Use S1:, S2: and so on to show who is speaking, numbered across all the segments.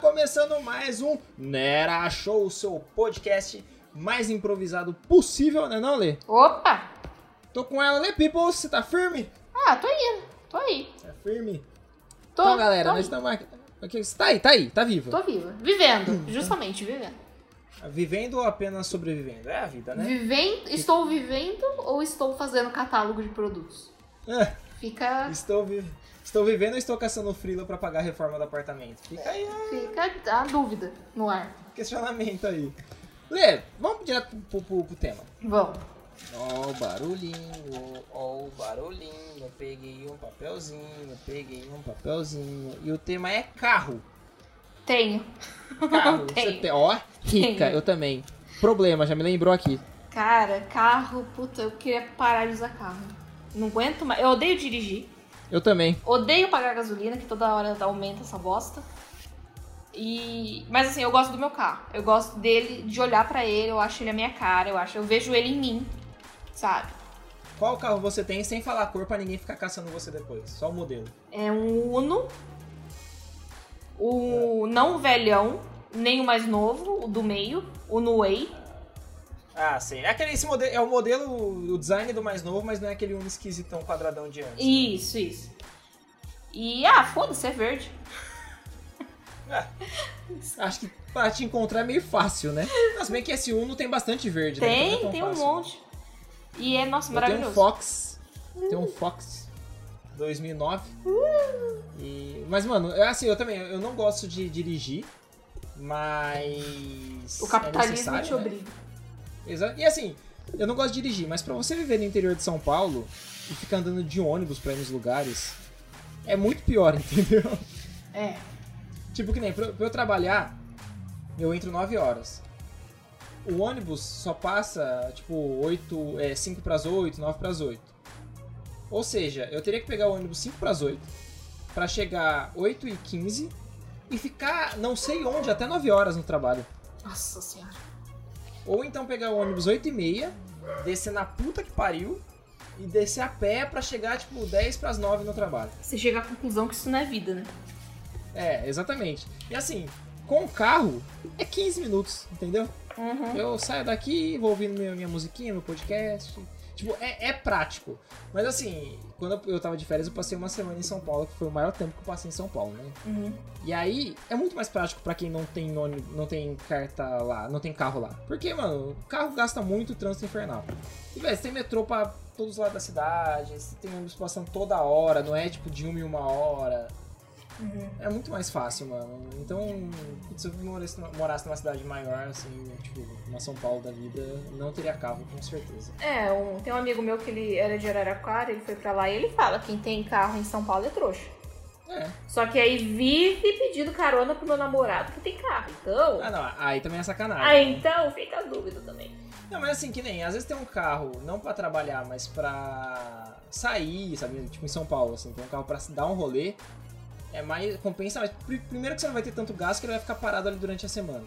S1: começando mais um Nera Show, o seu podcast mais improvisado possível, né não, Lê?
S2: Opa!
S1: Tô com ela, Lê People, você tá firme?
S2: Ah, tô indo, tô aí.
S1: Tá firme?
S2: Tô,
S1: então, galera,
S2: tô,
S1: nós
S2: aí,
S1: estamos aqui. Ok, Você tá aí, tá aí, tá viva.
S2: tô viva. Vivendo, justamente vivendo.
S1: Tá Vivendo ou apenas sobrevivendo? É a vida, né?
S2: Vivendo, estou vivendo ou estou fazendo catálogo de produtos?
S1: É.
S2: Fica,
S1: Estou, vi... estou vivendo ou estou caçando frila pra pagar a reforma do apartamento? Fica aí a
S2: fica a dúvida no ar.
S1: questionamento aí. Lê, vamos direto pro, pro- pro tema.
S2: Vamos.
S1: Ó o barulhinho, ó o barulhinho, eu peguei um papelzinho, eu peguei um papelzinho. E o tema é carro.
S2: Tenho.
S1: Carro, você
S2: Tenho.
S1: tem. Ó, rica,
S2: Tenho.
S1: eu também. Problema, já me lembrou aqui.
S2: Cara, carro, puta, eu queria parar de usar carro. Não aguento mais. Eu odeio dirigir.
S1: Eu também.
S2: Odeio pagar gasolina, que toda hora aumenta essa bosta. E mas assim, eu gosto do meu carro. Eu gosto dele, de olhar pra ele, eu acho ele a minha cara, eu acho, eu vejo ele em mim, sabe?
S1: Qual carro você tem sem falar a cor pra ninguém ficar caçando você depois? Só o modelo.
S2: É um Uno. O não velhão, nem o mais novo, o do meio, o Nuei.
S1: Ah, sei. É, aquele, esse modelo, é o modelo, o design do mais novo, mas não é aquele um esquisitão quadradão de antes.
S2: Isso, isso. E ah, foda-se, é verde.
S1: Acho que pra te encontrar é meio fácil, né? Mas bem que esse Uno tem bastante verde, né? Então não
S2: Tem,
S1: é
S2: tem
S1: tão
S2: um
S1: fácil.
S2: monte. E é, nossa,
S1: Eu tenho um
S2: maravilhoso. Hum.
S1: Fox. Tem um Fox 2009. E- mas, mano, eu, assim, eu também, eu não gosto de dirigir, mas...
S2: O
S1: é
S2: capitalismo
S1: necessário,
S2: te
S1: né?
S2: obriga.
S1: Exato. E assim, eu não gosto de dirigir, mas pra você viver no interior de São Paulo e ficar andando de ônibus pra ir nos lugares, é muito pior, entendeu?
S2: É.
S1: Tipo que nem, pra, pra eu trabalhar, eu entro 9 horas. O ônibus só passa, tipo, 8, é, 5 pras 8, 9 pras 8. Ou seja, eu teria que pegar o ônibus 5 pras 8, pra chegar 8 e 15 e ficar não sei onde, até 9 horas no trabalho.
S2: Nossa senhora.
S1: Ou então pegar o ônibus 8 e meia, descer na puta que pariu e descer a pé pra chegar, tipo, 10 pras 9 no trabalho.
S2: Você chega à conclusão que isso não é vida, né?
S1: É, exatamente. E assim, com o carro, é 15 minutos, entendeu?
S2: Uhum.
S1: Eu saio daqui, vou ouvindo minha, minha musiquinha, meu podcast. Tipo, é, é prático. Mas assim, quando eu tava de férias, eu passei uma semana em São Paulo, que foi o maior tempo que eu passei em São Paulo, né?
S2: Uhum.
S1: E aí, é muito mais prático pra quem não tem ônibus, não tem carta lá, não tem carro lá. Porque, mano, carro gasta muito trânsito infernal. E, velho, você tem metrô pra todos os lados da cidade, você tem ônibus passando toda hora, não é tipo de uma em uma hora. É muito mais fácil, mano. Então, se eu morasse, morasse numa cidade maior, assim, tipo, uma São Paulo da vida, não teria carro, com certeza.
S2: É, um- tem um amigo meu que ele era de Araraquara, ele foi pra lá e ele fala: quem tem carro em São Paulo é trouxa.
S1: É.
S2: Só que aí vive pedindo carona pro meu namorado que tem carro. Então.
S1: Ah, não, aí também é sacanagem.
S2: Ah, então fica a dúvida também.
S1: Não, mas assim, que nem, às vezes tem um carro, não pra trabalhar, mas pra sair, sabe? Tipo em São Paulo, assim, tem um carro pra se dar um rolê, é mais, compensa mais. Pri- Primeiro que você não vai ter tanto gasto que ele vai ficar parado ali durante a semana.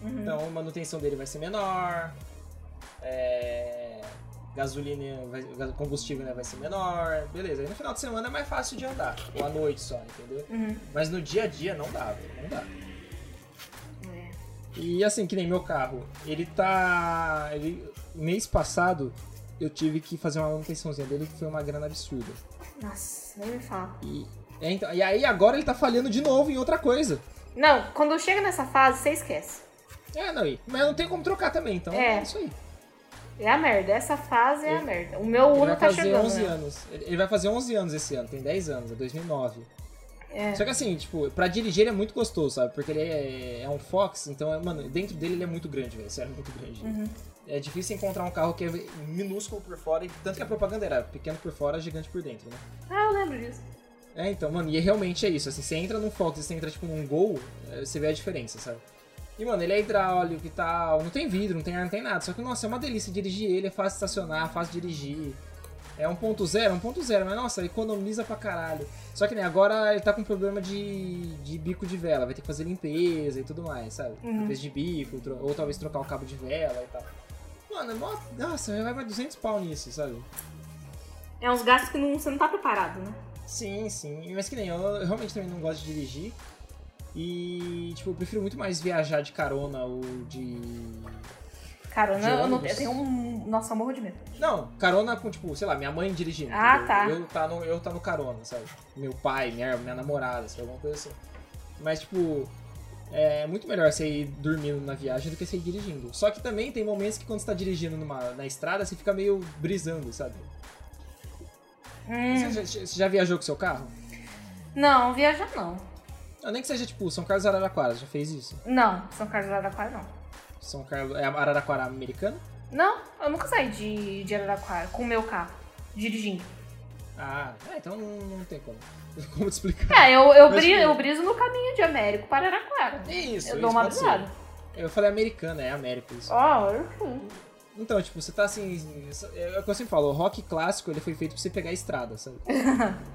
S2: Uhum.
S1: Então a manutenção dele vai ser menor, é, gasolina, vai- gas- combustível né, vai ser menor, beleza. Aí no final de semana é mais fácil de andar, ou à noite só, entendeu?
S2: Uhum.
S1: Mas no dia a dia não dá, velho, não dá. E assim, que nem meu carro, ele tá. Ele, mês passado eu tive que fazer uma manutençãozinha dele que foi uma grana absurda.
S2: Nossa, nem me fala.
S1: E, é, então, e aí agora ele tá falhando de novo em outra coisa.
S2: Não, quando chega nessa fase, você esquece.
S1: É, não, e- mas não tem como trocar também, então é,
S2: É.
S1: isso aí.
S2: É a merda, essa fase é a merda. O meu
S1: Ele
S2: Uno
S1: vai
S2: tá
S1: fazer
S2: chegando.
S1: 11
S2: né?
S1: anos. Ele ele vai fazer 11 anos esse ano, tem 10 anos, é 2009.
S2: É.
S1: Só que assim, tipo, pra dirigir ele é muito gostoso, sabe? Porque ele é, é um Fox, então, é- mano, dentro dele ele é muito grande, velho. Sério, muito grande.
S2: Uhum.
S1: É difícil encontrar um carro que é minúsculo por fora, e tanto que a propaganda era pequeno por fora, gigante por dentro, né?
S2: Ah, eu lembro disso.
S1: É, então, mano, e realmente é isso. Assim, você entra num Fox e você entra, tipo, num Gol, eh, você vê a diferença, sabe? E, mano, ele é hidráulico e tal, não tem vidro, não tem ar, não tem nada. Só que, nossa, é uma delícia dirigir ele, é fácil estacionar, fácil dirigir. É 1.0, 1.0, mas, nossa, economiza pra caralho. Só que, né, agora ele tá com problema de, de bico de vela, vai ter que fazer limpeza e tudo mais, sabe? Limpeza de bico, tro- ou talvez trocar o cabo de vela e tal. Mano, é mó- nossa, já vai mais 200 pau nisso, sabe?
S2: É uns gastos que não- você não tá preparado, né?
S1: Sim, sim. Mas que nem eu, eu realmente também não gosto de dirigir. E, tipo, eu prefiro muito mais viajar de carona ou de.
S2: Carona,
S1: De
S2: eu, não,
S1: ônibus?
S2: eu tenho um. Nossa, eu morro de medo.
S1: Não, carona com, tipo, sei lá, minha mãe dirigindo.
S2: Ah,
S1: entendeu?
S2: tá.
S1: Eu tá, no, eu tá no carona, sabe? Meu pai, minha, minha namorada, sabe? Alguma coisa assim. Mas, tipo, é muito melhor você ir dormindo na viagem do que você ir dirigindo. Só que também tem momentos que quando você tá dirigindo numa, na estrada, você fica meio brisando, sabe?
S2: Hum,
S1: Você, já- você já viajou com seu carro?
S2: não, viajar não.
S1: Não, nem que seja, tipo, São Carlos Araraquara, já fez isso?
S2: Não, São Carlos do Araraquara não.
S1: São Carlos. É Araraquara americana?
S2: Não, eu nunca saí de, de Araraquara com o meu carro, dirigindo.
S1: Ah, é, então não, não tem como. Como te explicar?
S2: É, eu, eu,
S1: Mas,
S2: bri-
S1: tipo,
S2: eu briso no caminho de Américo para Araraquara.
S1: É Isso,
S2: É, eu
S1: isso
S2: dou uma
S1: pode ser.
S2: brisada.
S1: Eu falei americana, é América isso.
S2: Ó, enfim.
S1: Então, tipo, você tá assim. É o que eu sempre falo, o rock clássico ele foi feito pra você pegar a estrada, sabe?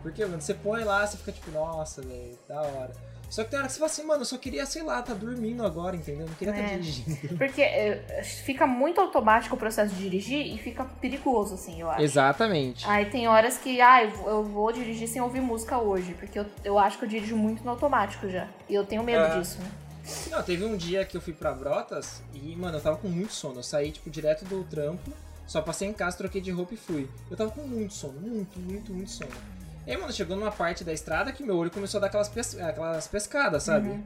S1: Porque, mano, você põe lá, você fica tipo, nossa, velho, da hora. Só que tem hora que você fala assim, mano, eu só queria, sei lá, tá dormindo agora, entendeu? Não queria estar
S2: É.
S1: dirigindo.
S2: Porque é, fica muito automático o processo de dirigir e fica perigoso, assim, eu acho.
S1: Exatamente.
S2: Aí tem horas que, ah, eu vou- eu vou dirigir sem ouvir música hoje, porque eu, eu acho que eu dirijo muito no automático já. E eu tenho medo
S1: É.
S2: disso, né?
S1: Não, teve um dia que eu fui pra Brotas e, mano, eu tava com muito sono. Eu saí, tipo, direto do trampo, só passei em casa, troquei de roupa e fui. Eu tava com muito sono, muito, muito, muito sono. E aí, mano, chegou numa parte da estrada que meu olho começou a dar aquelas, pes- aquelas pescadas, sabe?
S2: Uhum.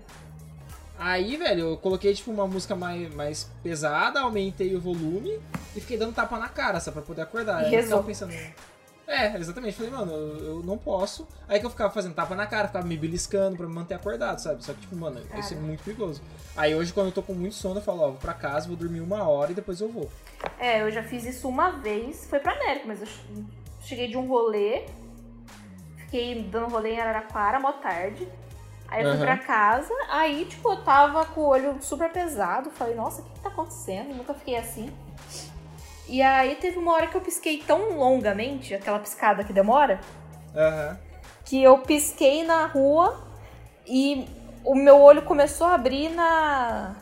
S1: Aí, velho, eu coloquei, tipo, uma música mais, mais pesada, aumentei o volume e fiquei dando tapa na cara, sabe? Pra poder acordar.
S2: E
S1: Aí eu ficava
S2: rezou.
S1: pensando... É, exatamente. Falei, mano, eu, eu não posso. Aí que eu ficava fazendo tapa na cara, ficava me beliscando pra me manter acordado, sabe? Só que, tipo, mano, isso é
S2: Cara.
S1: muito perigoso. Aí hoje, quando eu tô com muito sono, eu falo, ó, vou pra casa, vou dormir uma hora e depois eu vou.
S2: É, eu já fiz isso uma vez, foi pra América, mas eu che- cheguei de um rolê, fiquei dando rolê em Araraquara, mó tarde. Aí eu fui
S1: Aham.
S2: pra casa, aí, tipo, eu tava com o olho super pesado, falei, nossa, o que, que tá acontecendo? Nunca fiquei assim. E aí teve uma hora que eu pisquei tão longamente, aquela piscada que demora,
S1: Aham.
S2: que eu pisquei na rua e o meu olho começou a abrir na.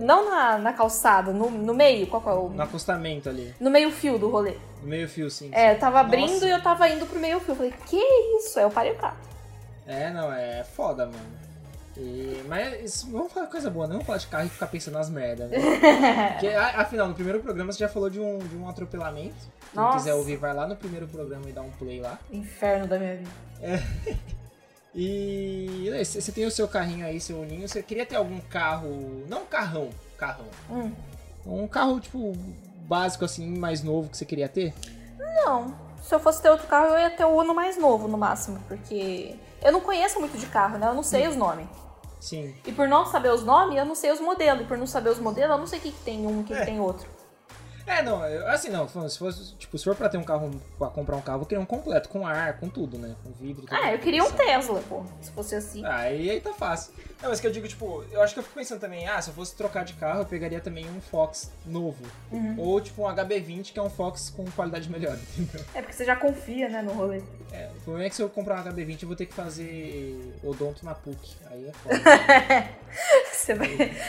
S2: Não na, na calçada, no, no meio, qual que é o
S1: No acostamento ali,
S2: no meio fio do rolê.
S1: no meio fio, sim.
S2: É, eu tava abrindo
S1: Nossa.
S2: e eu tava indo pro meio fio. Eu Falei, que isso? Aí eu parei o carro.
S1: É, não, é foda, mano. E- mas isso- vamos falar de coisa boa, não vamos falar de carro e ficar pensando nas merdas, né? Porque, a- afinal, no primeiro programa você já falou de um, de um atropelamento. Quem
S2: Nossa.
S1: quiser ouvir, vai lá no primeiro programa e dá um play lá.
S2: Inferno da minha vida.
S1: E né, você você tem o seu carrinho aí, seu ninho, você queria ter algum carro. Não carrão, carrão.
S2: Hum.
S1: Um carro, tipo, básico assim, mais novo que você queria ter?
S2: Não. Se eu fosse ter outro carro, eu ia ter o Uno mais novo, no máximo. Porque eu não conheço muito de carro, né? Eu não sei os nomes.
S1: Sim.
S2: E por não saber os nomes, eu não sei os modelos. E por não saber os modelos, eu não sei o que, que tem um, o que, que
S1: É.
S2: tem outro.
S1: É, não, eu- assim não, falando, se fosse, tipo, se for pra ter um carro, pra comprar um carro, eu queria um completo, com ar, com tudo, né? Com vidro, tudo.
S2: Ah, eu queria um
S1: Sabe?
S2: Tesla, pô. Se fosse assim.
S1: Ah, aí, aí tá fácil. Não, mas que eu digo, tipo, eu acho que eu fico pensando também, ah, se eu fosse trocar de carro, eu pegaria também um Fox novo.
S2: Uhum.
S1: Ou tipo um HB20, que é um Fox com qualidade melhor, entendeu?
S2: É porque você já confia, né, no rolê.
S1: É, o problema é que se eu comprar um HB20, eu vou ter que fazer odonto na PUC. Aí é foda.
S2: Você vai,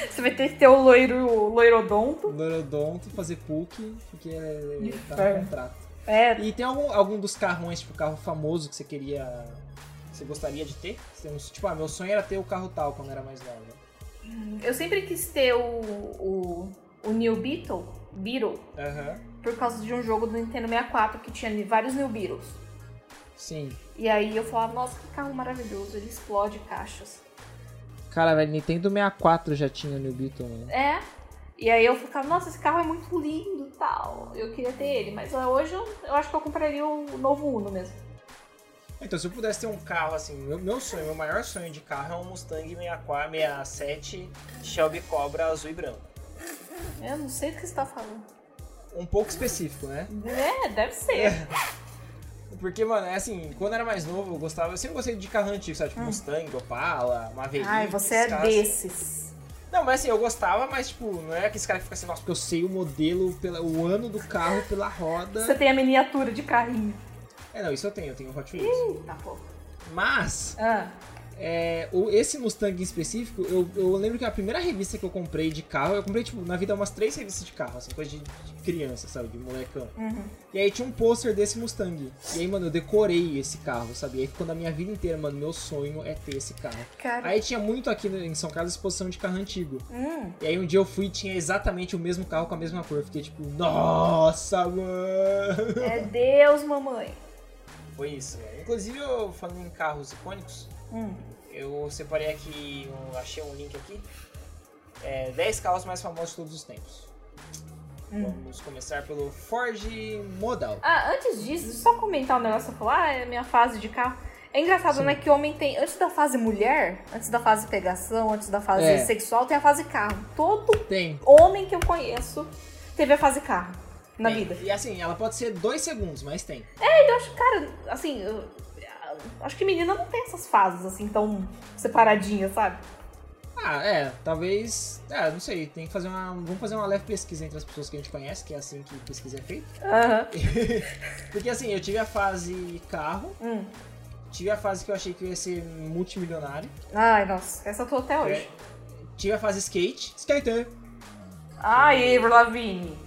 S2: você vai ter que ter o loiro, o loirodonto.
S1: Neurodonto, fazer PUC, porque é, tá no
S2: Inferno.
S1: contrato.
S2: É,
S1: E tem algum, algum dos carrões, tipo, carro famoso que você queria. que Você gostaria de ter? Você tem uns- Tipo, ah, meu sonho era ter o carro tal quando era mais nova.
S2: Eu sempre quis ter o, o, o New Beetle, Beetle,
S1: Aham.
S2: por causa de um jogo do Nintendo 64 que tinha vários New Beetles.
S1: Sim.
S2: E aí eu falava, nossa, que carro maravilhoso, ele explode caixas.
S1: Cara, velho, Nintendo 64 já tinha o New Beetle, né?
S2: É. E aí eu ficava, nossa, esse carro é muito lindo e tal. Eu queria ter ele, mas ah, hoje eu, eu acho que eu compraria o novo Uno mesmo.
S1: Então, se eu pudesse ter um carro, assim, meu, meu sonho, meu maior sonho de carro é um Mustang 64, 67 Shelby Cobra azul e branco.
S2: Eu não sei do que você tá falando.
S1: Um pouco específico, né?
S2: É, deve ser.
S1: Porque, mano, é assim, quando eu era mais novo, eu gostava, eu sempre gostei de carro antigo, sabe? Tipo, Mustang, Opala, Maverick.
S2: Hum. Ai, você
S1: esses
S2: é
S1: carros. assim.
S2: desses.
S1: Não, mas assim, eu gostava, mas tipo, não é aqueles caras que ficam assim, nossa, porque eu sei o modelo, pela, o ano do carro pela
S2: Você
S1: roda.
S2: tem a miniatura de carrinho.
S1: É, não, isso eu tenho, eu tenho Hot Wheels.
S2: Eita, pô.
S1: um Mas,
S2: Ah,
S1: É, o- esse Mustang em específico, eu, eu lembro que a primeira revista que eu comprei de carro, eu comprei, tipo, na vida umas três revistas de carro, assim, coisa de, de criança, sabe? De molecão.
S2: uhum.
S1: E aí tinha um pôster desse Mustang. E aí, mano, eu decorei esse carro, sabe? E aí ficou na minha vida inteira, mano, meu sonho é ter esse carro.
S2: Cara.
S1: Aí tinha muito aqui no- em São Carlos exposição de carro antigo.
S2: Hum.
S1: E aí um dia eu fui e tinha exatamente o mesmo carro com a mesma cor. Eu fiquei tipo, nossa, mano!
S2: É Deus, mamãe.
S1: Foi isso. né? Inclusive, eu, falando em carros icônicos,
S2: Hum.
S1: eu separei aqui, eu achei um link aqui. É, 10 carros mais famosos de todos os tempos.
S2: Hum.
S1: Vamos começar pelo Ford Modal.
S2: Ah, antes disso, só comentar um negócio. Eu falar, ah, é minha fase de carro. É engraçado,
S1: Sim.
S2: né? Que homem tem. Antes da fase mulher, antes da fase pegação, antes da fase
S1: É.
S2: sexual, tem a fase carro. Todo
S1: Tem.
S2: homem que eu conheço teve a fase carro na
S1: Tem.
S2: vida. Então,
S1: E assim, ela pode ser 2 segundos, mas tem.
S2: Eu acho, cara, assim, eu- acho que menina não tem essas fases assim tão separadinhas, sabe?
S1: Ah, é, talvez. Ah, não sei, tem que fazer uma. Vamos fazer uma leve pesquisa entre as pessoas que a gente conhece, que é assim que pesquisa é feita.
S2: Aham.
S1: Porque assim, eu tive a fase carro,
S2: Hum.
S1: tive a fase que eu achei que eu ia ser multimilionário,
S2: Ai, nossa, essa eu tô até hoje.
S1: É. tive a fase skate, skater.
S2: Ai, Avril Lavigne.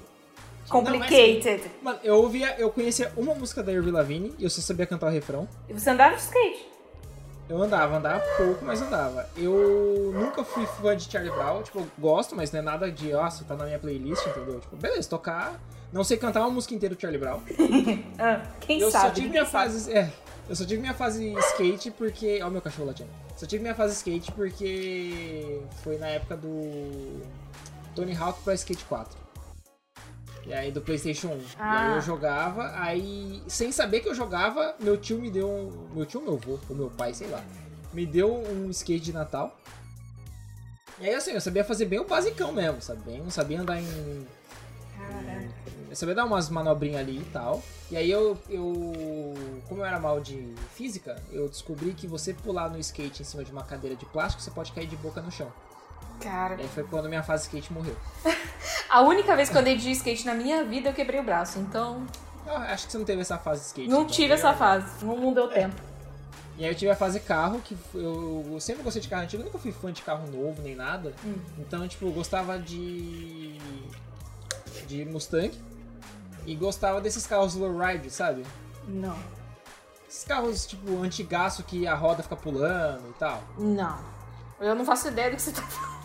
S2: Complicated.
S1: Mano, eu ouvia, eu conhecia uma música da Avril Lavigne e eu só sabia cantar o refrão.
S2: E você andava de skate.
S1: Eu andava, andava pouco, mas andava. Eu nunca fui fã de Charlie Brown, tipo, eu gosto, mas não é nada de, nossa, tá na minha playlist, entendeu? Tipo, beleza, tocar, não sei cantar uma música inteira do Charlie Brown.
S2: Ah, quem
S1: eu
S2: sabe?
S1: só tive
S2: Quem
S1: minha
S2: sabe?
S1: fase. É, eu só tive minha fase skate porque. Ó, meu cachorro latindo. Só tive minha fase skate porque. Foi na época do. Tony Hawk pra Skate 4. E aí do PlayStation 1. E aí
S2: Ah.
S1: eu jogava, aí. Sem saber que eu jogava, meu tio me deu um. Meu tio ou meu avô, ou meu pai, sei lá. Me deu um skate de Natal. E aí assim, eu sabia fazer bem o basicão mesmo, sabe? Bem, não sabia andar em
S2: Caraca.
S1: eu sabia dar umas manobrinhas ali e tal. E aí eu, eu. Como eu era mal de física, eu descobri que você pular no skate em cima de uma cadeira de plástico, você pode cair de boca no chão.
S2: Cara.
S1: E aí foi quando minha fase skate morreu.
S2: A única vez que eu andei de skate na minha vida, eu quebrei o braço. Então,
S1: Ah, acho que você não teve essa fase de skate.
S2: não
S1: então,
S2: tive
S1: né?
S2: essa fase. Não, não deu tempo.
S1: E aí eu tive a fase carro, que eu, eu sempre gostei de carro antigo, eu nunca fui fã de carro novo nem nada.
S2: Hum.
S1: Então, tipo, eu gostava de. de Mustang. E gostava desses carros lowride, sabe?
S2: Não.
S1: Esses carros, tipo, antigaço que a roda fica pulando e tal.
S2: Não. Eu não faço ideia do que você tá falando.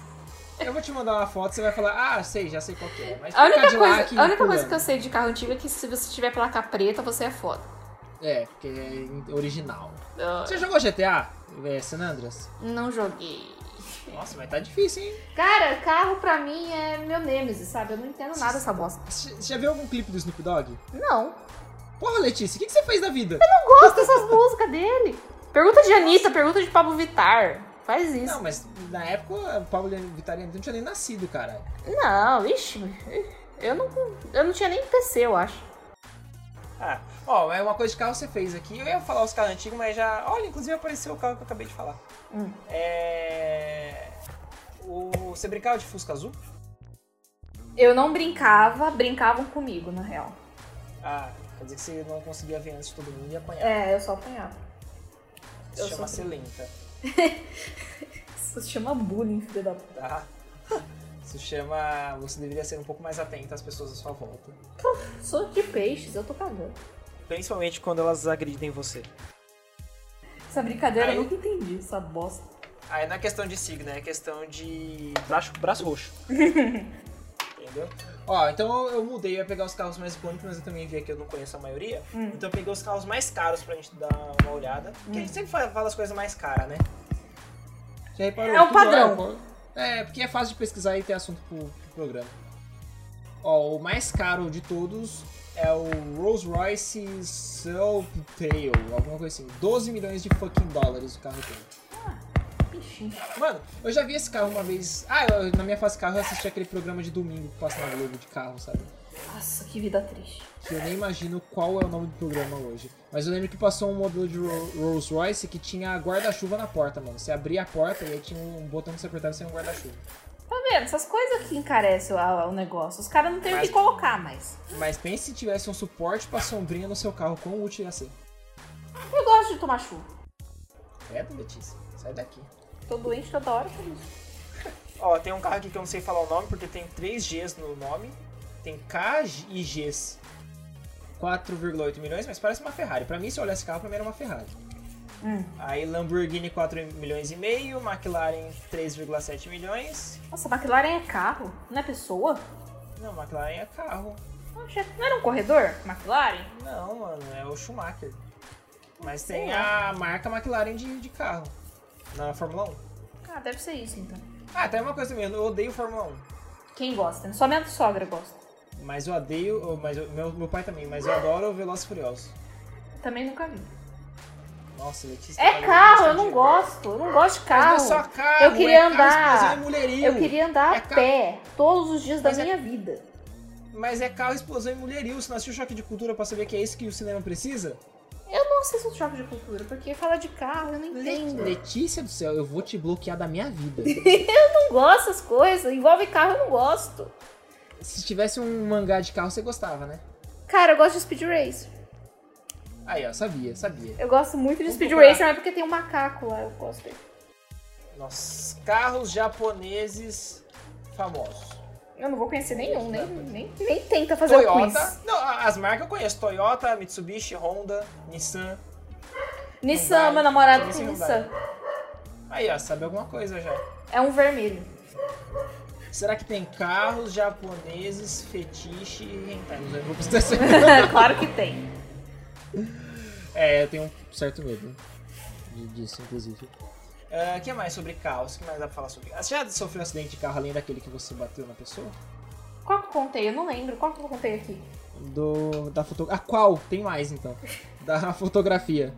S1: Eu vou te mandar uma foto, você vai falar, ah, sei, já sei qual que é. Mas
S2: A única,
S1: Cadillac
S2: coisa, a única
S1: pulando.
S2: coisa que eu sei de carro antigo é que se você tiver placa preta, você é foda.
S1: É, porque é original.
S2: Eu
S1: Você jogou GTA, é, San Andreas?
S2: não joguei.
S1: Nossa, mas tá difícil, hein?
S2: Cara, carro pra mim é meu nêmesis, sabe? Eu não entendo nada dessa bosta.
S1: Você você já viu algum clipe do Snoop Dogg?
S2: Não.
S1: Porra, Letícia, o que que você fez da vida?
S2: gosto dessas músicas dele. Pergunta de Anitta, pergunta de Pablo Vittar. Faz
S1: Não,
S2: isso.
S1: mas na época o Pablo Vittar ainda não tinha nem nascido, cara.
S2: Não, ixi. Eu não, eu não tinha nem PC, eu acho.
S1: Ah, ó, é uma coisa de carro que você fez aqui. Eu ia falar os carros antigos, mas já. Olha, inclusive apareceu o carro que eu acabei de falar.
S2: Hum.
S1: É. O... Você brincava de Fusca Azul?
S2: Eu não brincava, brincavam comigo, na real.
S1: Ah, quer dizer que você não conseguia ver antes de todo mundo e apanhar.
S2: É, eu só apanhava.
S1: Se
S2: Eu
S1: chama assim.
S2: sou
S1: ser lenta,
S2: Isso se chama bullying, filho da puta.
S1: tá? Isso chama. Você deveria ser um pouco mais atenta às pessoas à sua volta.
S2: Sou de peixes, eu tô cagando.
S1: Principalmente quando elas agridem você.
S2: Essa brincadeira
S1: Aí-
S2: eu nunca entendi, essa bosta.
S1: Aí não é questão de signo, é questão de braço, braço roxo. Entendeu? Ó, então eu- eu mudei, eu ia pegar os carros mais icônicos, mas eu também vi que eu não conheço a maioria.
S2: Hum.
S1: Então eu peguei os carros mais caros pra gente dar uma olhada. Porque a gente sempre fala, fala as coisas mais caras, né? Já reparou?
S2: É o
S1: Tudo
S2: padrão.
S1: É, é, porque é fácil de pesquisar e ter assunto pro, pro programa. Ó, o mais caro de todos é o Rolls Royce Self-Tail, alguma coisa assim. 12 milhões de fucking dólares o carro tem.
S2: Bichinho.
S1: Mano, eu já vi esse carro uma vez. Ah, eu- na minha fase carro eu assisti aquele programa de domingo que passa na Globo de carro, sabe?
S2: Nossa, que vida triste.
S1: Que eu nem imagino qual é o nome do programa hoje. Mas eu lembro que passou um modelo de Ro- Rolls Royce que tinha guarda-chuva na porta, mano. Você abria a porta e aí tinha um botão que você apertava e saia um guarda-chuva.
S2: Tá vendo? Essas coisas que encarecem o, o negócio. Os caras não têm o
S1: Mas-
S2: que colocar mais.
S1: Mas pense se tivesse um suporte pra sombrinha no seu carro, quão útil ia ser.
S2: Eu gosto de tomar chuva.
S1: É, Letícia? Você Sai daqui.
S2: Tô doente toda hora por isso.
S3: Ó, tem um carro aqui que eu não sei falar o nome, porque tem três Gs no nome. Tem K e Gs. 4,8 milhões, mas parece uma Ferrari. Pra mim, se eu olhar esse carro, pra mim era uma Ferrari.
S2: Hum.
S3: Aí Lamborghini 4 milhões e meio, McLaren 3,7 milhões.
S2: Nossa, McLaren é carro? Não é pessoa?
S3: Não, McLaren é carro.
S2: Poxa, Não era um corredor? McLaren?
S3: Não, mano, é o Schumacher. Mas tem a marca McLaren de, de carro. Na Fórmula 1.
S2: Ah, deve ser isso então.
S3: Ah, tem uma coisa também, eu odeio Fórmula 1.
S2: Quem gosta? né? Só minha sogra gosta.
S3: Mas eu odeio. oh, Mas eu- meu, meu pai também, mas eu adoro o Velozes e Furiosos.
S2: Também nunca vi.
S3: Nossa, Letícia. tá
S2: É
S3: olha,
S2: carro, eu não
S3: Letícia,
S2: gosto. Eu não gosto de carro.
S3: Mas não é só carro,
S2: Eu queria
S3: é carro,
S2: andar.
S3: explosão e mulherio.
S2: Eu queria andar
S3: É
S2: a
S3: carro.
S2: pé todos os dias da
S3: Mas é-
S2: minha vida.
S3: Mas é carro, explosão e mulherio. Você não assistiu Choque de Cultura pra saber que é isso que o cinema precisa?
S2: Eu não assisto jogo de cultura, porque falar de carro eu não entendo. Eu
S1: Letícia do céu, eu vou te bloquear da minha vida.
S2: não gosto dessas coisas. Envolve carro, eu não gosto.
S1: Se tivesse um mangá de carro, você gostava, né?
S2: Cara, eu gosto de Speed Racer.
S1: Aí, ó, sabia, sabia.
S2: Eu gosto muito de
S3: Vamos
S2: Speed
S3: procurar.
S2: Racer, mas porque tem um macaco lá, eu gosto dele.
S3: Nossa, carros japoneses famosos.
S2: Eu não vou conhecer nenhum, nem, nem, nem tenta fazer o quiz.
S3: Toyota. Não, a- as marcas eu conheço. Toyota, Mitsubishi, Honda, Nissan.
S2: Nissan,
S3: Hyundai.
S2: meu namorado
S3: Esse
S2: tem
S3: Hyundai.
S2: Nissan.
S3: Aí, ó, sabe alguma coisa já.
S2: É um vermelho.
S3: Será que tem carros japoneses, fetiche e hentai? Não sei, vou precisar ser-
S2: claro que tem.
S1: É, eu tenho um certo medo de- disso, inclusive.
S3: Ah, O que mais sobre carros? O que mais dá pra falar sobre carros? Você já sofreu um acidente de carro além daquele que você bateu na pessoa?
S2: Qual que eu contei? Eu não lembro. Qual que eu contei aqui?
S1: Do, da fotografia. Ah, qual? Tem mais, então. Da fotografia.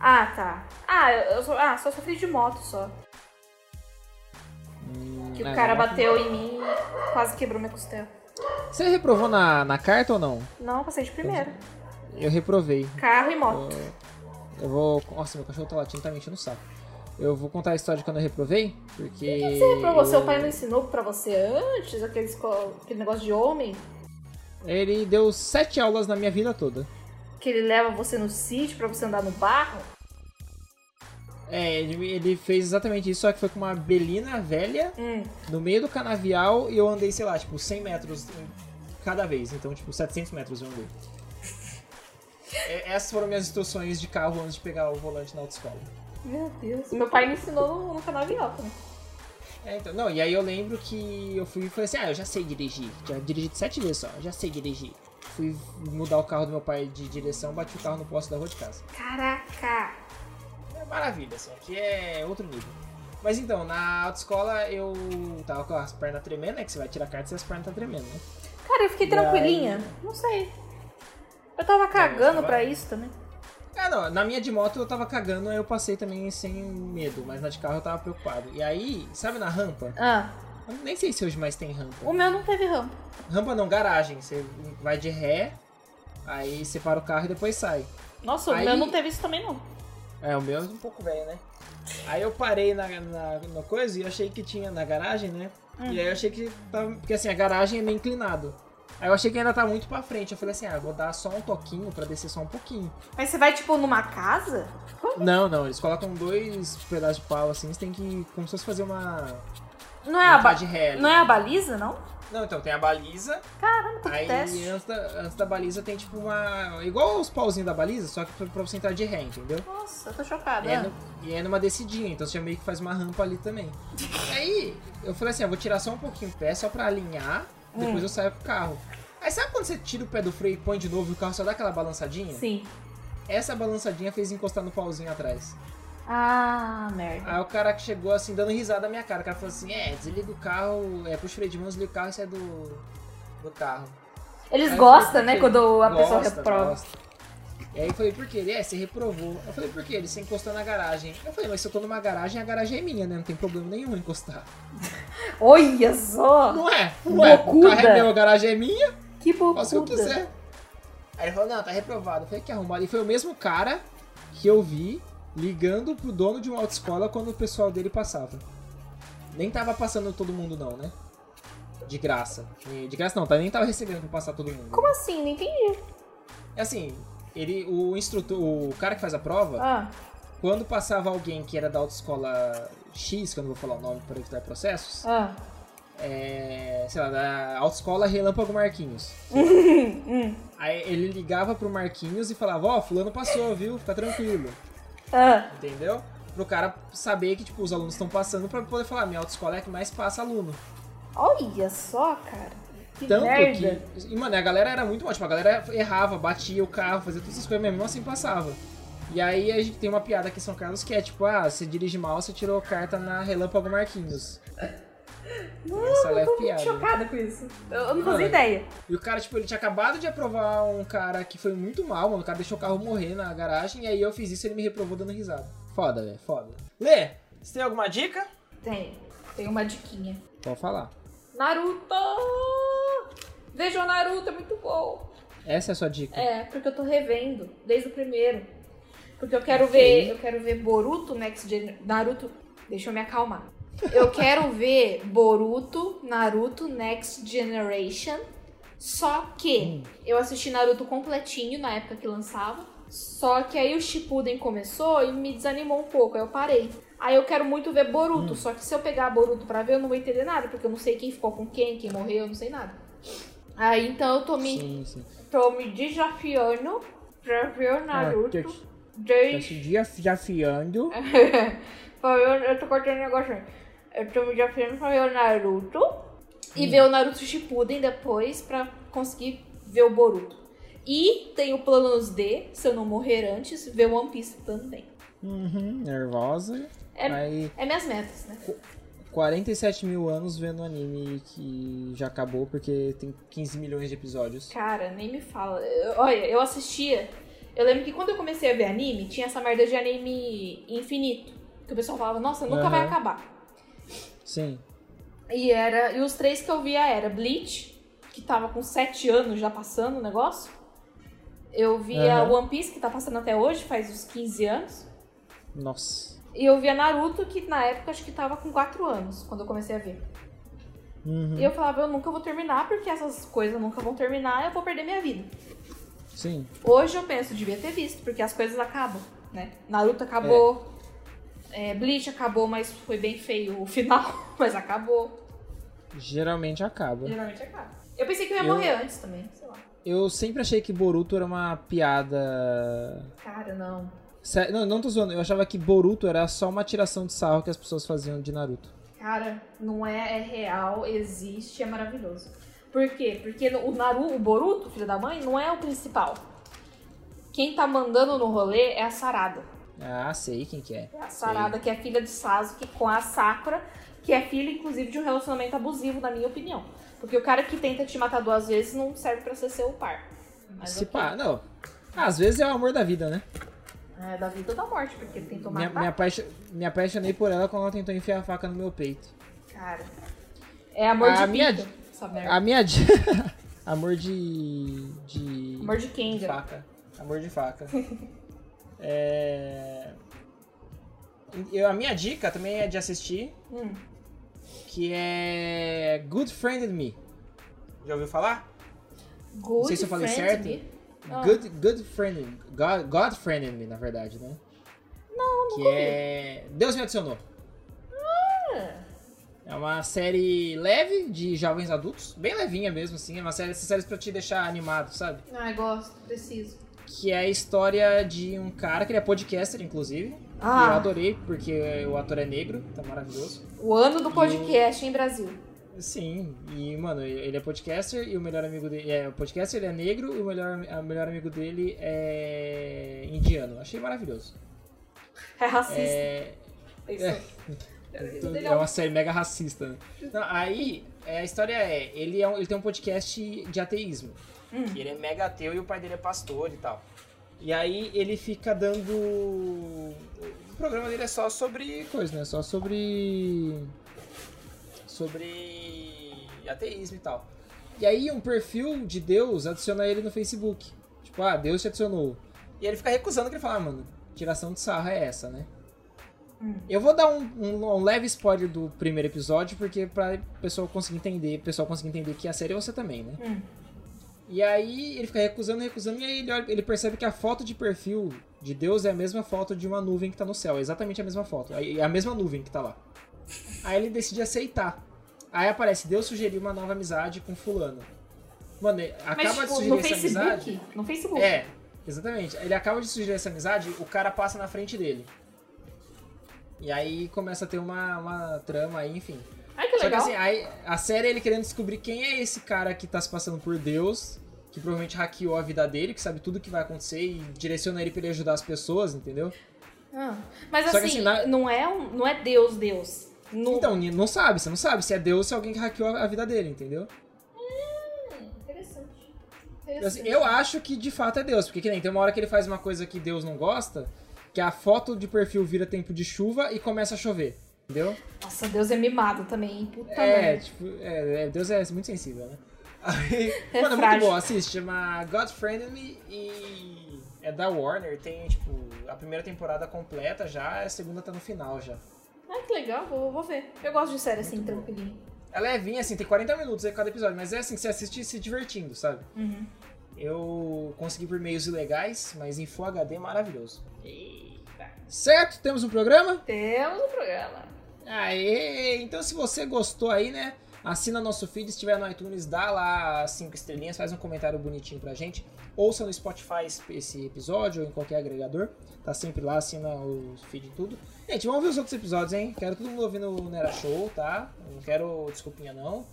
S2: Ah, tá. Ah, eu, eu só, ah, só sofri de moto só.
S1: Hum,
S2: Que
S1: é,
S2: o cara
S1: não.
S2: bateu em mim e quase quebrou minha costela.
S1: Você reprovou na, na carta ou não?
S2: Não, eu passei de primeira.
S1: Eu reprovei.
S2: Carro e moto.
S1: Eu vou. Nossa, meu cachorro tá latindo, tá me enchendo o saco. Eu vou contar a história de quando eu reprovei, porque.
S2: Então, Você reprovou,
S1: eu-
S2: seu pai não ensinou pra você antes aqueles, co- aquele negócio de homem?
S1: Ele deu sete aulas na minha vida toda.
S2: Que ele leva você no sítio pra você andar no barro?
S1: É, ele, ele fez exatamente isso, só que foi com uma belina velha
S2: Hum.
S1: no meio do canavial e eu andei, sei lá, tipo, 100 metros em- cada vez. Então, tipo, 700 metros eu andei. É, Essas foram minhas instruções de carro antes de pegar o volante na autoescola.
S2: Meu Deus. Meu pai me ensinou no, no canavial também.
S1: É, então, não, e aí eu lembro que eu fui e falei assim, ah, eu já sei dirigir. Já dirigi sete vezes só, já sei dirigir. Fui mudar o carro do meu pai de direção, bati o carro no poste da rua de casa.
S2: Caraca.
S3: É maravilha, assim. Aqui
S1: Que é outro nível. Mas então, na autoescola eu tava com as pernas tremendo, né? Que você vai tirar a carta e as pernas tá tremendo, né?
S2: Cara, eu fiquei
S3: E aí?
S2: tranquilinha. Não sei. Eu tava cagando pra isso também.
S1: Ah, não, na minha de moto eu tava cagando, aí eu passei também sem medo, mas na de carro eu tava preocupado. E aí, sabe na rampa?
S2: Ah,
S1: Eu nem sei se hoje mais tem rampa.
S2: o meu não teve rampa.
S1: Rampa não, garagem. Você vai de ré, aí separa o carro e depois sai.
S2: Nossa,
S1: Aí-
S2: o meu não teve isso também não.
S1: É, o meu
S3: é um pouco velho, né? Aí eu parei na, na, na coisa e eu achei que tinha na garagem, né?
S2: Hum.
S1: E aí eu achei que tava. Porque assim, a garagem é meio inclinado. Aí eu achei que ainda tá muito pra frente. Eu falei assim, ah, vou dar só um toquinho pra descer só um pouquinho.
S2: Mas você vai, tipo, numa casa?
S1: Não, não, eles colocam dois pedaços de pau assim, você tem que. Como se fosse fazer uma.
S2: Não é a,
S1: uma
S2: Ah, ba...
S1: de ré. ali.
S2: não é a baliza, não?
S3: Não, então tem a baliza.
S2: Como que
S1: Aí
S2: teste?
S1: antes da, antes da baliza tem tipo uma. Igual os pauzinhos da baliza, só que pra, pra você entrar de ré, entendeu?
S2: Nossa, eu tô chocada.
S1: E é, no- e é numa descidinha, então você meio que faz uma rampa ali também. E aí, eu falei assim, eu vou tirar só um pouquinho o pé, só pra alinhar, depois eu saio pro carro. Aí sabe quando você tira o pé do freio e põe de novo e o carro só dá aquela balançadinha?
S2: Sim.
S1: Essa balançadinha fez encostar no pauzinho atrás.
S2: Ah, merda.
S1: Aí o cara que chegou assim, dando risada na minha cara, o cara falou assim, é, desliga o carro, é, puxa o freio de mão, desliga o carro e sai do, do carro.
S2: Eles
S1: Aí eu
S2: gostam,
S1: falei,
S2: né,
S1: "Por quê?"
S2: quando a pessoa
S1: é Gosta,
S2: reprova.
S1: gosta. E aí eu falei, por quê? Ele, é, você reprovou. Eu falei, por quê? Ele se encostou na garagem. Eu falei, mas se eu tô numa garagem, a garagem é minha, né? Não tem problema nenhum em encostar.
S2: Olha só!
S1: Não é? Não é. O
S2: Bocuda.
S1: carro é meu, a garagem é minha,
S2: Que bocuda.
S1: faço o que eu quiser. Aí ele falou, não, tá reprovado. Eu falei, que arrumado. E foi o mesmo cara que eu vi ligando pro dono de uma autoescola quando o pessoal dele passava. Nem tava passando todo mundo, não, né? De graça. E De graça não, tá? nem tava recebendo pra passar todo mundo.
S2: Como assim? Não entendi.
S1: É assim, ele, o instrutor, o cara que faz a prova,
S2: Ah,
S1: Quando passava alguém que era da autoescola X, que eu não vou falar o nome para evitar processos,
S4: Ah,
S1: é, sei lá, da autoescola Relâmpago Marquinhos.
S2: ah. Hum,
S1: Aí ele ligava pro Marquinhos e falava, ó, fulano passou, viu? Fica tranquilo.
S4: ah,
S1: Entendeu? Pro cara saber que, tipo, os alunos estão passando pra poder falar, minha autoescola é a que mais passa aluno.
S4: olha só, cara. Que
S1: Tanto
S4: merda.
S1: que. E, mano, a galera era muito ótima. A galera errava, batia o carro, fazia todas essas coisas, mas mesmo assim passava. E aí a gente tem uma piada aqui em São Carlos que é tipo, ah, você dirige mal, você tirou carta na Relâmpago Marquinhos. Essa
S4: Eu
S1: leve
S4: tô muito
S1: piada.
S4: chocada com isso. Eu, eu não
S1: Mano.
S4: fazia ideia.
S1: E o cara, tipo, ele tinha acabado de aprovar um cara que foi muito mal, mano. O cara deixou o carro morrer na garagem, e aí eu fiz isso e ele me reprovou dando risada. Foda, velho, foda.
S5: Lê, você tem alguma dica?
S2: Tem. Tem uma diquinha.
S1: Pode falar.
S2: Naruto! Vejam Naruto, é muito bom.
S1: Essa é a sua dica.
S2: É, porque eu tô revendo desde o primeiro. Porque eu quero ver, eu quero ver Boruto Next Gen Naruto, deixa eu me acalmar. Eu quero ver Boruto Naruto Next Generation. Só que eu assisti Naruto completinho na época que lançava. Só que aí o Shippuden começou e me desanimou um pouco, aí eu parei. Aí eu quero muito ver Boruto, só que se eu pegar Boruto pra ver, eu não vou entender nada, porque eu não sei quem ficou com quem, quem morreu, eu não sei nada. Aí então eu tô me
S1: Sim, sim.
S2: Tô me desafiando pra ver o Naruto.
S1: Ah, tô- Tá
S2: desde...
S1: se desafiando.
S2: É. Pra ver o- eu tô cortando o negócio. aí. Eu tô me desafiando pra ver o Naruto. E
S1: Hum.
S2: ver o Naruto Shippuden depois pra conseguir ver o Boruto. E tenho planos de, se eu não morrer antes, ver o One Piece também.
S1: Uhum, nervosa.
S2: É-
S1: Aí,
S2: É minhas metas, né?
S1: 47 mil anos vendo um anime que já acabou porque tem 15 milhões de episódios.
S2: Cara, nem me fala. Eu- olha, eu assistia. Eu lembro que quando eu comecei a ver anime, tinha essa merda de anime infinito. Que o pessoal falava, nossa, nunca vai
S1: Aham.
S2: acabar.
S1: Sim.
S2: E era. E os três que eu via era Bleach, que tava com 7 anos já passando o negócio. Eu via
S1: Aham.
S2: One Piece, que tá passando até hoje, faz uns 15 anos.
S1: Nossa.
S2: E eu via Naruto, que na época acho que tava com 4 anos, quando eu comecei a ver.
S1: Uhum,
S2: E eu falava, eu nunca vou terminar, porque essas coisas nunca vão terminar, eu vou perder minha vida.
S1: Sim.
S2: Hoje eu penso, devia ter visto, porque as coisas acabam, né? Naruto acabou, é, Bleach acabou, mas foi bem feio o final, mas acabou.
S1: Geralmente acaba.
S2: Geralmente acaba. Eu pensei que eu ia
S1: Eu-
S2: morrer antes também, sei lá.
S1: Eu sempre achei que Boruto era uma piada
S2: Cara, não.
S1: Sé- Não, não tô zoando, eu achava que Boruto era só uma tiração de sarro que as pessoas faziam de Naruto.
S2: Cara, não é, é real, existe, é maravilhoso. Por quê? Porque no- o Naru, o Boruto, filho da mãe, não é o principal. Quem tá mandando no rolê é a Sarada.
S1: Ah, sei quem que é.
S2: É a Sarada, que é filha de Sasuke, com a Sakura, que é filha, inclusive, de um relacionamento abusivo, na minha opinião. Porque o cara que tenta te matar duas vezes não serve pra ser seu par. Mas
S1: Se
S2: ok.
S1: pá, não. Às vezes é o amor da vida, né?
S2: É da vida ou da morte, porque ele tentou
S1: Me,
S2: matar.
S1: me, apaixo- me apaixonei por ela quando ela tentou enfiar a faca no meu peito.
S2: Cara. É amor
S1: A
S2: de
S1: minha-
S2: pica, essa merda.
S1: A minha. di- amor de. de.
S2: Amor de
S1: de
S2: Kenga.
S1: faca. Amor de faca. é. Eu, a minha dica também é de assistir,
S2: Hum.
S1: que é. Good Friend and Me.
S5: Já ouviu falar?
S2: Good
S1: sei se eu falei
S2: friend
S1: certo.
S2: me. Ah.
S1: Good, good friend, God, God friend in me, na verdade, né? Não, não Que é... Deus me adicionou. É uma série leve de jovens adultos, bem levinha mesmo, assim. É uma série, essas séries pra te deixar animado, sabe?
S2: Ai, gosto, preciso.
S1: Que é a história de um cara que ele é podcaster, inclusive. E eu
S2: Ah,
S1: adorei, porque o ator é negro, tá maravilhoso.
S2: o ano do podcast em Brasil.
S1: Sim, e, mano, ele é podcaster e o melhor amigo dele. É, o podcaster ele é negro e o melhor, o melhor amigo dele é indiano. Achei maravilhoso.
S2: É racista.
S1: É,
S2: É, isso. É,
S1: Então, É uma série mega racista. né? Não, aí, é, a história é, ele, é um- ele tem um podcast de ateísmo.
S2: Hum.
S5: Que ele é mega ateu e o pai dele é pastor e tal.
S1: E aí ele fica dando... O programa dele é só sobre coisa, né? Só sobre... Sobre ateísmo e tal. E aí um perfil de Deus adiciona ele no Facebook. Tipo, ah, Deus te adicionou. E ele fica recusando que ele fala, ah, mano, tiração de sarra é essa, né?
S2: Hum.
S1: Eu vou dar um, um- um leve spoiler do primeiro episódio, porque pra pessoa conseguir entender, o pessoal conseguir entender que a série é você também, né?
S2: Hum.
S1: E aí ele fica recusando, recusando, e aí ele, olha- ele percebe que a foto de perfil de Deus é a mesma foto de uma nuvem que tá no céu. É exatamente a mesma foto. É a mesma nuvem que tá lá. Aí ele decide aceitar. Aí aparece, Deus sugeriu uma nova amizade com fulano. Mano, ele acaba
S2: Mas,
S1: de
S2: tipo,
S1: sugerir
S2: no
S1: essa amizade.
S2: Facebook. No Facebook.
S1: É, exatamente. Ele acaba de sugerir essa amizade, o cara passa na frente dele. E aí começa a ter uma, uma trama aí, enfim.
S2: Ai, que
S1: Só que
S2: legal.
S1: assim, aí, a série é ele querendo descobrir quem é esse cara que tá se passando por Deus, que provavelmente hackeou a vida dele, que sabe tudo o que vai acontecer e direciona ele pra ele ajudar as pessoas, entendeu?
S2: Ah, Mas
S1: Só que,
S2: assim,
S1: assim, na-
S2: não, é um, não é Deus, Deus. No...
S1: Então, ni- não sabe, você não sabe se é Deus ou se é alguém que hackeou a a vida dele, entendeu?
S2: Interessante.
S1: Então, assim, eu acho que de fato é Deus, porque que nem tem uma hora que ele faz uma coisa que Deus não gosta, que a foto de perfil vira tempo de chuva e começa a chover, entendeu?
S2: Nossa, Deus é mimado também, hein? Puta
S1: É,
S2: merda.
S1: tipo, é, é, Deus é muito sensível, né? Aí,
S2: É
S1: mano, é muito
S2: frágil.
S1: bom, assiste, chama God Friend Me e é da Warner, tem, tipo, a primeira temporada completa já, a segunda tá no final já.
S2: Ai, que legal, vou, vou ver. Eu gosto de série assim, tranquilinha.
S1: Ela é levinha, assim, tem 40 minutos aí cada episódio, mas é assim, que você assiste se divertindo, sabe?
S2: Uhum.
S1: Eu consegui por meios ilegais, mas em Full HD maravilhoso. Certo? Temos um programa?
S2: Temos o programa.
S1: Aê! Então se você gostou aí, né? Assina nosso feed, se estiver no iTunes, dá lá as 5 estrelinhas, faz um comentário bonitinho pra gente. Ouça no Spotify esse- esse episódio ou em qualquer agregador. Tá sempre lá, assina o feed e tudo. Gente, vamos ver os outros episódios, hein? Quero todo mundo ouvindo o Nera Show, tá? Eu Não quero desculpinha, não.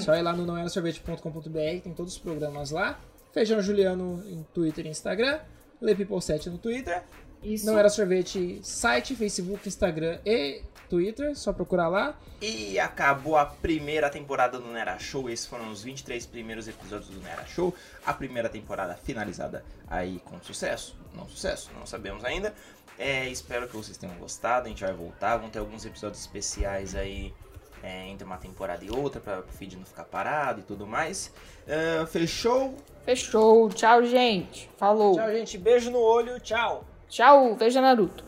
S1: Só ir lá no noerasorvete.com.br, tem todos os programas lá. Feijão Juliano em Twitter e Instagram. Lepiple7 no Twitter.
S2: Isso.
S1: Não era sorvete, site, Facebook, Instagram e Twitter, só procurar lá.
S6: E acabou a primeira temporada do Nera Show. Esses foram os 23 primeiros episódios do Nera Show. A primeira temporada finalizada aí com sucesso. Não sucesso, não sabemos ainda. É, espero que vocês tenham gostado. A gente vai voltar. Vão ter alguns episódios especiais aí é, entre uma temporada e outra, para o feed não ficar parado e tudo mais. Ah, fechou?
S7: Fechou. Tchau, gente. Falou.
S5: Tchau, gente. Beijo no olho. Tchau.
S7: Tchau. Veja Naruto.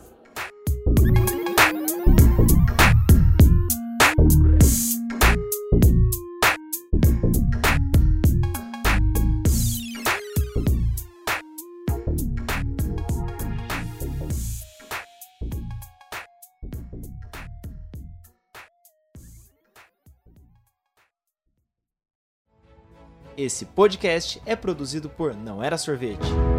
S6: Esse podcast é produzido por Não Era Sorvete.